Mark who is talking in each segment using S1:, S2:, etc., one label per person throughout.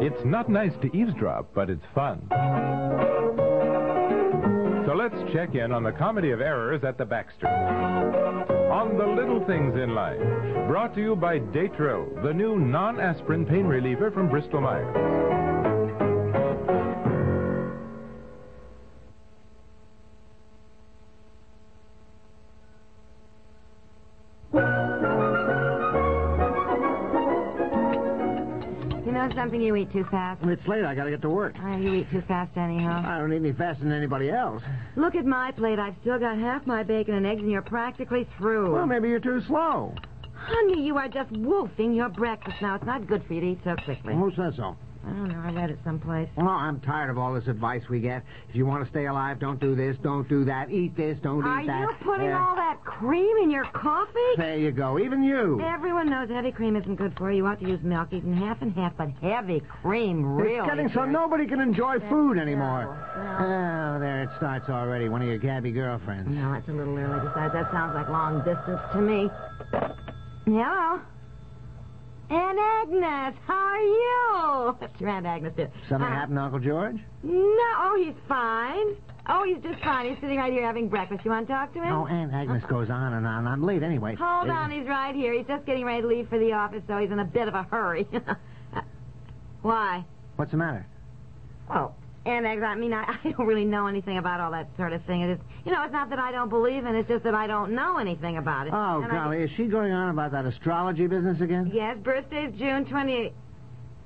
S1: It's not nice to eavesdrop, but it's fun. So let's check in on the comedy of errors at the Baxter. On the little things in life. Brought to you by Daytro, the new non aspirin pain reliever from Bristol Myers.
S2: You know something? You eat too fast.
S3: It's late. I gotta get to work.
S2: Ah, you eat too fast anyhow.
S3: I don't eat any faster than anybody else.
S2: Look at my plate. I've still got half my bacon and eggs, and you're practically through.
S3: Well, maybe you're too slow.
S2: Honey, you are just wolfing your breakfast now. It's not good for you to eat so quickly.
S3: Who says so?
S2: I don't know. I read it someplace.
S3: Well, I'm tired of all this advice we get. If you want to stay alive, don't do this, don't do that, eat this, don't
S2: Are
S3: eat that.
S2: you putting
S3: Yeah.
S2: all that cream in your coffee?
S3: There you go. Even you.
S2: Everyone knows heavy cream isn't good for you. You ought to use milk, even half and half, but heavy cream, really.
S3: It's getting so
S2: hurts.
S3: nobody can enjoy food anymore.
S2: no.
S3: Oh, there it starts already. One of your gabby girlfriends.
S2: No, it's a little early. Besides, that sounds like long distance to me. Hello? Aunt Agnes, how are you? That's your Aunt Agnes there.
S3: Something
S2: Uh,
S3: happened to Uncle George?
S2: No, oh, he's fine. Oh, he's just fine. He's sitting right here having breakfast. You want to talk to him?
S3: Oh, Aunt Agnes goes on and on. I'm late anyway.
S2: Hold
S3: Is-
S2: on, he's right here. He's just getting ready to leave for the office, so he's in a bit of a hurry. Uh, Why?
S3: What's the matter?
S2: Well, Aunt Agnes, I mean, I, I don't really know anything about all that sort of thing. It is, you know, it's not that I don't believe in it, it's just that I don't know anything about it.
S3: Oh,
S2: And I-
S3: golly, is she going on about that astrology business again?
S2: Yes, birthday's June 28th.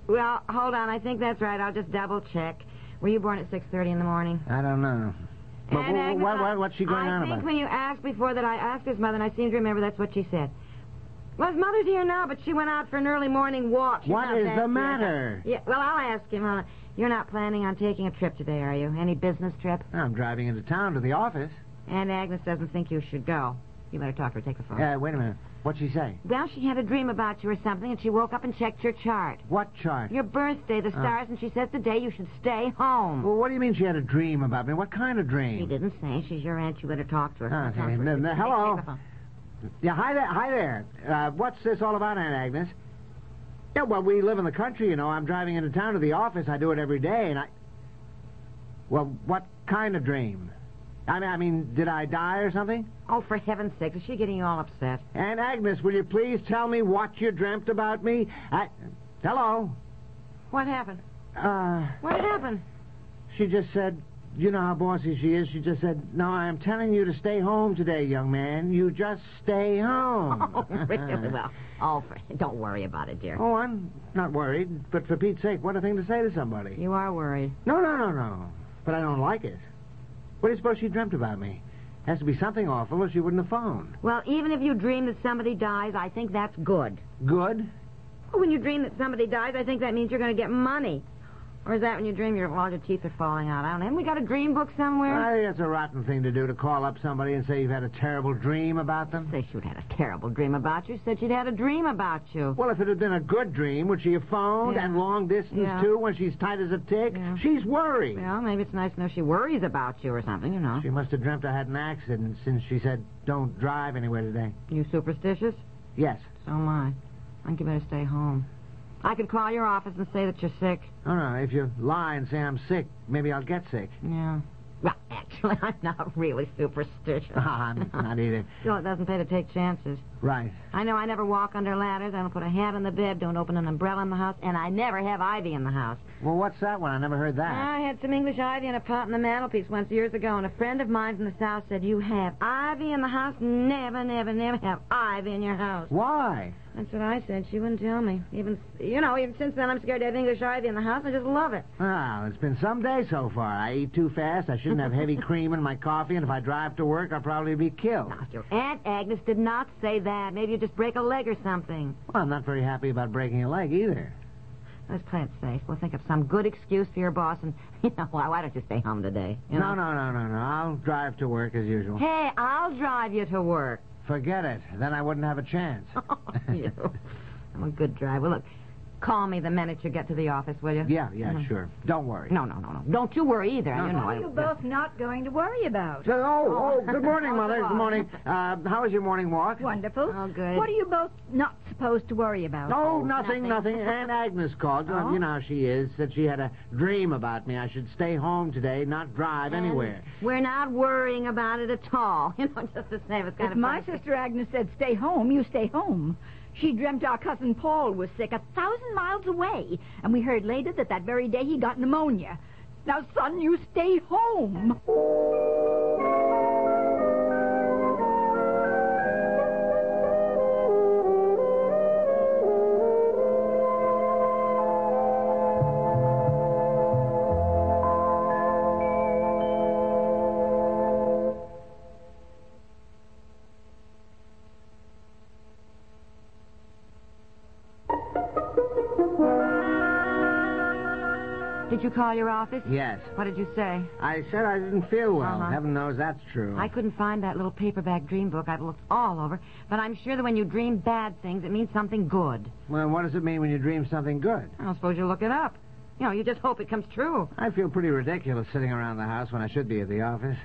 S2: Well, hold on. I think that's right. I'll just double check. Were you born at 6.30 in the morning?
S3: I don't know. But
S2: And,
S3: wh-
S2: Agnes,
S3: wh-
S2: I-
S3: wh- what's she going
S2: uh, I
S3: on
S2: think
S3: about?
S2: when you asked before that I asked his mother, and I seem to remember that's what she said. Well, his mother's here now, but she went out for an early morning walk. She's
S3: What
S2: not
S3: is
S2: back
S3: the
S2: yet.
S3: matter?
S2: Yeah, well, I'll ask him. I'll- You're not planning on taking a trip today, are you? Any business trip?
S3: I'm driving into town to the office.
S2: And Agnes doesn't think you should go. You better talk to her. Take the phone.
S3: Uh, wait a minute. What'd she say?
S2: Well, she had a dream about you or something, and she woke up and checked your chart.
S3: What chart?
S2: Your birthday,
S3: Uh.
S2: the stars, and she says today you should stay home.
S3: Well, what do you mean she had a dream about me? What kind of
S2: She
S3: dream?
S2: didn't say. She's your aunt. You better talk to her.
S3: Ah,
S2: Talk to her.
S3: no, no,
S2: Take- take
S3: hello.
S2: the phone.
S3: Yeah, hi there. Hi there. Uh, what's this all about, Aunt Agnes? Yeah, well, we live in the country, you know. I'm driving into town to the office. I do it every day, and I. Well, what kind of dream? I mean, I mean, did I die or something?
S2: Oh, for heaven's sake, is she getting you all upset?
S3: Aunt Agnes, will you please tell me what you dreamt about me? I... Hello.
S2: What happened?
S3: Uh.
S2: What happened?
S3: She just said, you know how bossy she is. She just said, no, I'm telling you to stay home today, young man. You just stay home.
S2: Oh, really? well, oh, for, don't worry about it, dear.
S3: Oh, I'm not worried, but for Pete's sake, what a thing to say to somebody.
S2: You are worried.
S3: No, no, no, no. But I don't like it. What do you suppose she dreamt about me? Has to be something awful or she wouldn't have phoned.
S2: Well, even if you dream that somebody dies, I think that's good.
S3: Good?
S2: Well, when you dream that somebody dies, I think that means you're going to get money. Or is that when you dream your, all your teeth are falling out? I don't know. Haven't we got a dream book somewhere?
S3: I think that's a rotten thing to do, to call up somebody and say you've had a terrible dream about them.
S2: Say she'd had a terrible dream about you. Said she'd had a dream about you.
S3: Well, if it had been a good dream, would she have phoned
S2: Yeah.
S3: and long distance,
S2: Yeah.
S3: too, when she's tight as a tick?
S2: Yeah.
S3: She's worried.
S2: Well, maybe it's nice to know she worries about you or something, you know.
S3: She must have dreamt I had an accident since she said, don't drive anywhere today.
S2: You superstitious?
S3: Yes.
S2: So am I. I think you better stay home. I could call your office and say that you're sick.
S3: Oh, no, if you lie and say I'm sick, maybe I'll get sick.
S2: Yeah. Well, actually, I'm not really superstitious.
S3: Ah, I'm not either.
S2: Still, it doesn't pay to take chances.
S3: Right.
S2: I know I never walk under ladders. I don't put a hat on the bed. Don't open an umbrella in the house. And I never have ivy in the house.
S3: Well, what's that one? I never heard that.
S2: I had some English ivy in a pot on the mantelpiece once years ago, and a friend of mine from the south said, "You have ivy in the house? Never, never, never have ivy in your house."
S3: Why?
S2: That's what I said. She wouldn't tell me. Even you know, even since then, I'm scared to have English ivy in the house. I just love it.
S3: Well, it's been some day so far. I eat too fast. I shouldn't have heavy cream in my coffee, and if I drive to work, I'll probably be killed.
S2: Your Aunt Agnes did not say that. Maybe you just break a leg or something.
S3: Well, I'm not very happy about breaking a leg either.
S2: Let's play it safe. We'll think of some good excuse for your boss, and you know why? Why don't you stay home today? You
S3: No,
S2: know?
S3: no, no, no, no. I'll drive to work as usual.
S2: Hey, I'll drive you to work.
S3: Forget it. Then I wouldn't have a chance.
S2: Oh, you. I'm a good driver. Look, call me the minute you get to the office, will you? Mm-hmm.
S3: Yeah, yeah, sure. Don't worry.
S2: No, no, no, no. Don't you worry either. you know.
S4: What
S2: I-
S4: are you both not going to worry about?
S3: So- oh, oh, good morning,
S4: Oh,
S3: Mother.
S4: God.
S3: Good morning. Uh, how was your morning walk?
S4: Wonderful.
S2: Oh, good.
S4: What are you both not supposed to worry about?
S3: No, nothing, nothing. Aunt Agnes called. Uh,
S4: Oh.
S3: You know how she is. Said she had a dream about me. I should stay home today, not drive anywhere.
S2: We're not worrying about it at all. You know, just the same. It's kind
S4: If
S2: of
S4: my
S2: funny.
S4: sister Agnes said stay home, you stay home. She dreamt our cousin Paul was sick a thousand miles away, and we heard later that that very day he got pneumonia. Now, son, you stay home.
S2: Did you call your office?
S3: Yes.
S2: What did you say?
S3: I said I didn't feel well.
S2: Uh-huh.
S3: Heaven knows that's true.
S2: I couldn't find that little paperback dream book. I've looked all over, but I'm sure that when you dream bad things, it means something good.
S3: Well, what does it mean when you dream something good?
S2: I don't suppose you look it up. You know, you just hope it comes true.
S3: I feel pretty ridiculous sitting around the house when I should be at the office.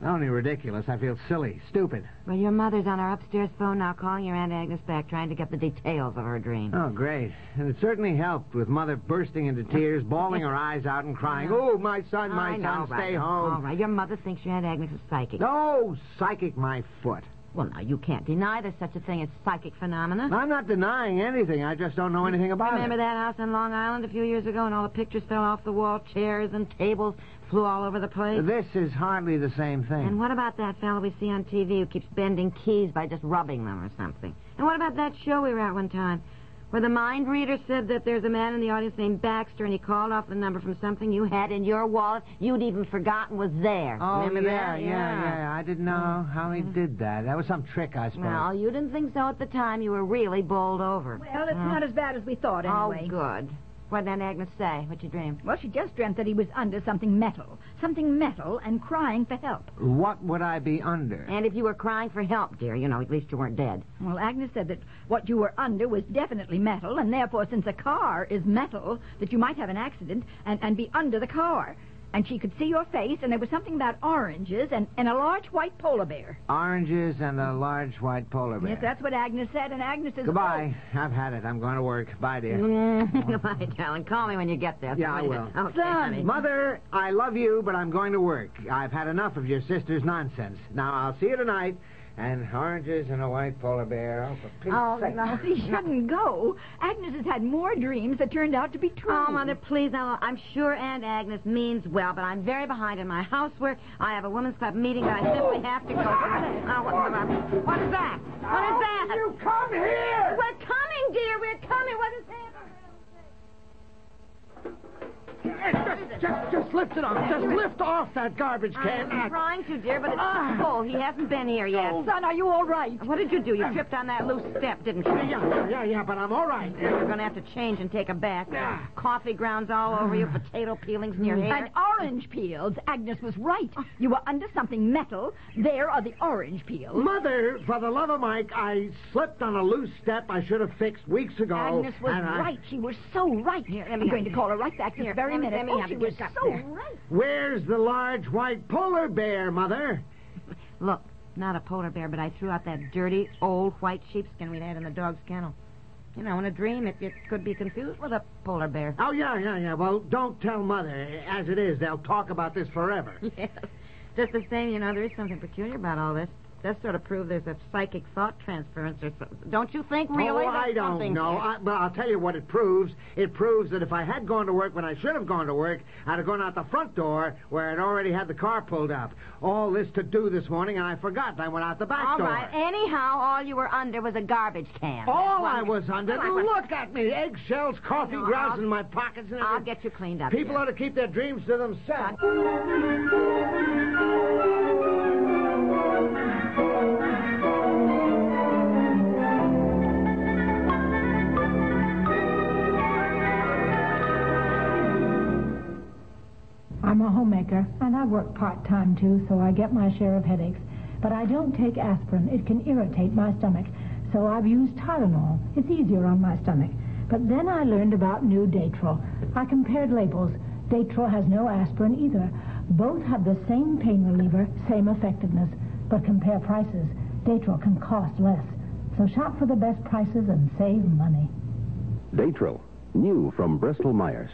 S3: Not only ridiculous, I feel silly, stupid.
S2: Well, your mother's on her upstairs phone now, calling your Aunt Agnes back, trying to get the details of her dream.
S3: Oh, great. And it certainly helped with Mother bursting into tears, bawling her eyes out, and crying, Oh, my son, my
S2: I
S3: son,
S2: know, Oh, right.
S3: stay
S2: All
S3: home.
S2: right, your mother thinks your Aunt Agnes is psychic.
S3: No, psychic my foot.
S2: Well, now, you can't deny there's such a thing as psychic phenomena.
S3: I'm not denying anything. I just don't know anything about
S2: Remember
S3: it.
S2: that house on Long Island a few years ago, and all the pictures fell off the wall, chairs and tables flew all over the place?
S3: This is hardly the same thing.
S2: And what about that fellow we see on TV who keeps bending keys by just rubbing them or something? And what about that show we were at one time where the mind reader said that there's a man in the audience named Baxter and he called off the number from something you had in your wallet you'd even forgotten was there?
S3: Oh,
S2: Remember
S3: yeah,
S2: that?
S3: yeah, yeah, I didn't know how he did that. That was some trick, I suppose.
S2: Well, you didn't think so at the time. You were really bowled over.
S4: Well, it's not as bad as we thought, anyway.
S2: oh, good. What did Aunt Agnes say? What you dreamed?
S4: Well, she just dreamt that he was under something metal, something metal, and crying for help.
S3: What would I be under?
S2: And if you were crying for help, dear, you know, at least you weren't dead.
S4: Well, Agnes said that what you were under was definitely metal, and therefore, since a car is metal, that you might have an accident and, and be under the car. And she could see your face, and there was something about oranges and, and a large white polar bear.
S3: Oranges and a large white polar bear.
S4: Yes, that's what Agnes said, and Agnes is.
S3: Goodbye. I've had it. I'm going to work. Bye, dear.
S2: Mm-hmm. Goodbye, darling. Call me when you get there.
S3: Mm-hmm. Yeah, I will.
S2: Okay, honey.
S3: Mother, I love you, but I'm going to work. I've had enough of your sister's nonsense. Now, I'll see you tonight. And oranges and a white polar bear. Oh, for Pete's
S4: Oh,
S3: sake.
S4: now, she shouldn't go. Agnes has had more dreams that turned out to be true.
S2: Oh, Mother, please. Now, I'm sure Aunt Agnes means well, but I'm very behind in my housework. I have a women's club meeting that I simply have to go to. Oh, what, what, what is that? What is that? You come here! We're coming, dear. We're coming. What is that?
S3: Just, just, just lift it off. Just lift off that garbage can.
S2: I'm trying to, dear, but it's too full. He hasn't been here yet.
S4: Son, are you all right?
S2: What did you do? You tripped on that loose step, didn't you?
S3: Yeah, yeah, yeah, but I'm all right.
S2: You're going to have to change and take a bath. Coffee grounds all over you, potato peelings in your hair.
S4: And orange peels. Agnes was right. You were under something metal. There are the orange peels.
S3: Mother, for the love of Mike, I slipped on a loose step I should have fixed weeks ago.
S4: Agnes was
S3: and I-
S4: right. She was so right. I'm going to call her right back this very
S2: let me-
S4: minute.
S2: let me
S4: oh,
S2: have
S4: she
S2: a
S4: was
S2: good cup
S4: so
S2: there.
S4: right.
S3: Where's the large white polar bear, Mother?
S2: Look, not a polar bear, but I threw out that dirty, old white sheepskin we'd had in the dog's kennel. You know, in a dream, it, it could be confused with a polar bear.
S3: Oh, yeah, yeah, yeah. Well, don't tell Mother. As it is, they'll talk about this forever.
S2: Oh, Yes. Just the same, you know, there is something peculiar about all this. Does sort of prove there's a psychic thought transference or something. Don't you think, really?
S3: Oh, I
S2: There's
S3: don't
S2: something
S3: know.
S2: here.
S3: I, but I'll tell you what it proves. It proves that if I had gone to work when I should have gone to work, I'd have gone out the front door where I'd already had the car pulled up. All this to do this morning, and I forgot. and I went out the back
S2: All
S3: door.
S2: right. Anyhow, all you were under was a garbage can.
S3: All I was under. Look at me. Eggshells, coffee
S2: No,
S3: grounds
S2: I'll-
S3: in my pockets and everything.
S2: I'll get you cleaned up.
S3: People
S2: dear.
S3: ought to keep their dreams to themselves.
S4: a homemaker, and I work part-time, too, so I get my share of headaches. But I don't take aspirin. It can irritate my stomach. So I've used Tylenol. It's easier on my stomach. But then I learned about new Datril. I compared labels. Datril has no aspirin either. Both have the same pain reliever, same effectiveness. But compare prices. Datril can cost less. So shop for the best prices and save money.
S5: Datril, new from Bristol Myers.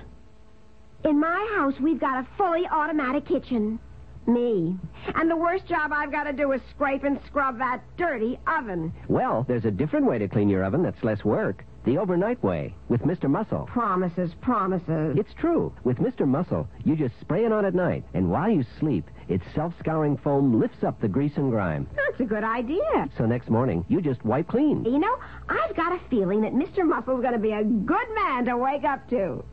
S6: In my house, we've got a fully automatic kitchen. Me. And the worst job I've got to do is scrape and scrub that dirty oven.
S7: Well, there's a different way to clean your oven that's less work. The overnight way, with Mr. Muscle.
S6: Promises, promises.
S7: It's true. With Mr. Muscle, you just spray it on at night, and while you sleep, its self scouring foam lifts up the grease and grime.
S6: That's a good idea.
S7: So next morning, you just wipe clean.
S6: You know, I've got a feeling that Mr. Muscle's going to be a good man to wake up to.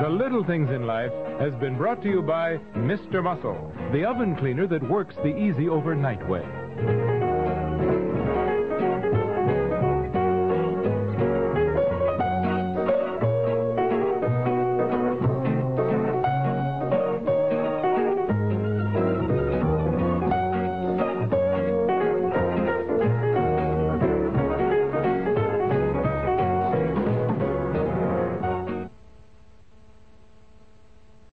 S1: The Little Things in Life has been brought to you by Mr. Muscle, the oven cleaner that works the easy overnight way.